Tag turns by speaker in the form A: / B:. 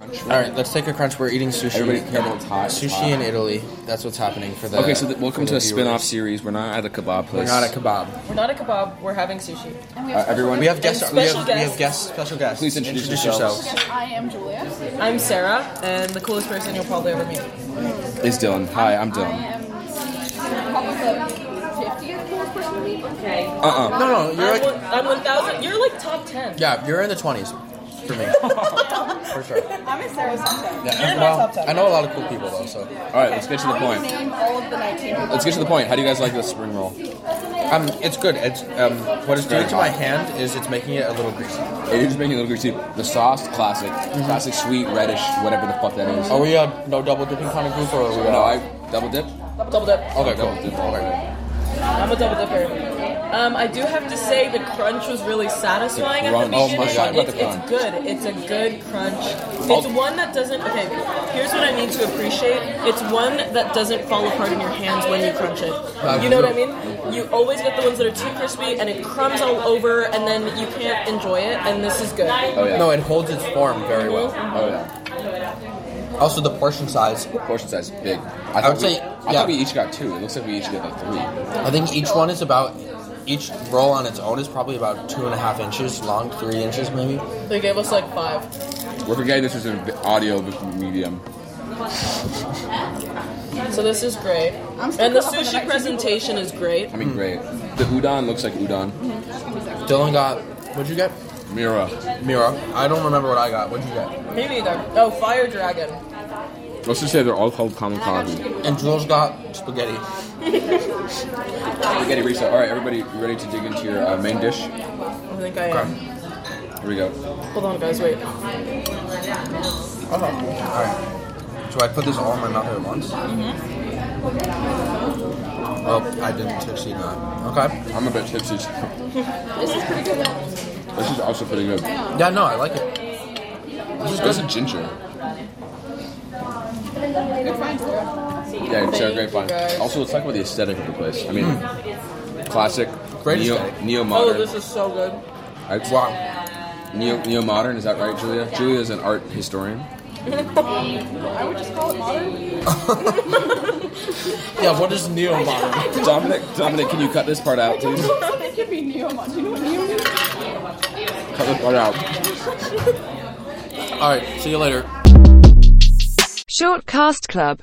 A: All right, let's take a crunch. We're eating sushi.
B: Everybody-
A: Yeah.
B: everyone's hot, it's
A: Sushi
B: hot.
A: in Italy. That's what's happening for the.
B: Okay, so th- welcome
A: for
B: to
A: the
B: a spin-off
A: viewers.
B: series. We're not at a kebab
A: We're
B: place.
A: not at kebab.
C: We're not a kebab. We're having sushi.
D: And
B: Uh, everyone-
A: We have guests. We have,
C: special
A: we have
C: guests.
A: guests. Special guests.
B: Please introduce yourselves.
D: Yes, I am Julia.
C: I'm Sarah, and the coolest person you'll probably ever meet.
B: It's Dylan. Hi, I'm
D: I
B: Dylan.
D: am probably the 50th coolest person to meet.
C: Okay.
B: Uh-uh.
A: No, no, you're
C: I'm,
A: like
C: one, I'm 1,000. You're like top 10.
A: yeah, you're in the twenties for me, for sure.
D: I'm in Sarah's something.
A: Yeah, and- well, I know a lot of cool people though, so
B: All right, let's get to the point.
D: Name all of the 19 people.
B: Let's get to the point. How do you guys like the spring roll? It
A: um, it's good. It's um, what it's doing to my hand is it's making it a little greasy.
B: is making a little greasy. The sauce, classic, classic sweet reddish, whatever the fuck that is.
A: Are we a no double dipping kind of group or are we?
B: no,
A: uh,
B: I double dip.
C: Double dip.
A: okay, cool. Okay.
C: I'm a double dipper. Um, I do have to say the crunch was really satisfying at the
B: crunch. Oh
C: beginning.
B: my God, about
C: it's,
B: the crunch.
C: it's good. It's a good crunch. It's
B: I'll-
C: one that doesn't. Okay, here's what I mean to appreciate. It's one that doesn't fall apart in your hands when you crunch it. You know what I mean? You always get the ones that are too crispy and it crumbs all over, and then you can't enjoy it. And this is good.
B: Oh yeah.
A: No, it holds its form very well.
B: Oh yeah.
A: Also, the portion size.
B: Portion size big. I,
A: I
B: thought
A: would say-
B: we,
A: yeah.
B: I thought we each got two. It looks like we each got like three.
A: I think each one is about each roll on its own is probably about two and a half inches long, three inches maybe.
C: They gave us like five.
B: We're forgetting this is an audio medium.
C: So this is great.
D: I'm
C: And
D: still
C: the
D: caught up on the
C: sushi
D: nineteen
C: presentation is great.
B: I mean, great. The udon looks like udon.
A: Dylan got what'd you get?
B: Mira.
A: Mira. I don't remember what I got. What'd you get?
C: Maybe either. Oh, fire dragon.
B: Let's just say they're all called kamikaze.
A: And Jules got spaghetti.
B: Spaghetti risa. All right, everybody, you ready to dig into your uh, main dish? Here
C: I think I am.
B: we go.
C: Hold on, guys. Wait.
A: Okay. All right. So I put this all in my mouth at once. Mm-hmm. Oh, I didn't succeed in that. Okay.
B: I'm a bit tipsy. this is pretty good. This is also pretty good.
A: Yeah, no, I like it.
B: This is, this is ginger. Yeah, it's a great fun.
C: guys.
B: Also, let's talk about the aesthetic of the place. I mean, classic,
A: Great
B: neo,
A: aesthetic.
B: neo
C: Oh,
B: modern.
C: this is so good.
A: Wow.
B: Neo neo modern. Is that right, Julia? Julia is an art historian.
D: I would just call it modern.
A: Yeah, what is neo modern?
B: Dominic, Dominic, can you cut this part out, please?
D: it could be neo-modern. Do you know what neo means?
B: Cut this part out.
A: All right. See you later.
E: Short Cast Club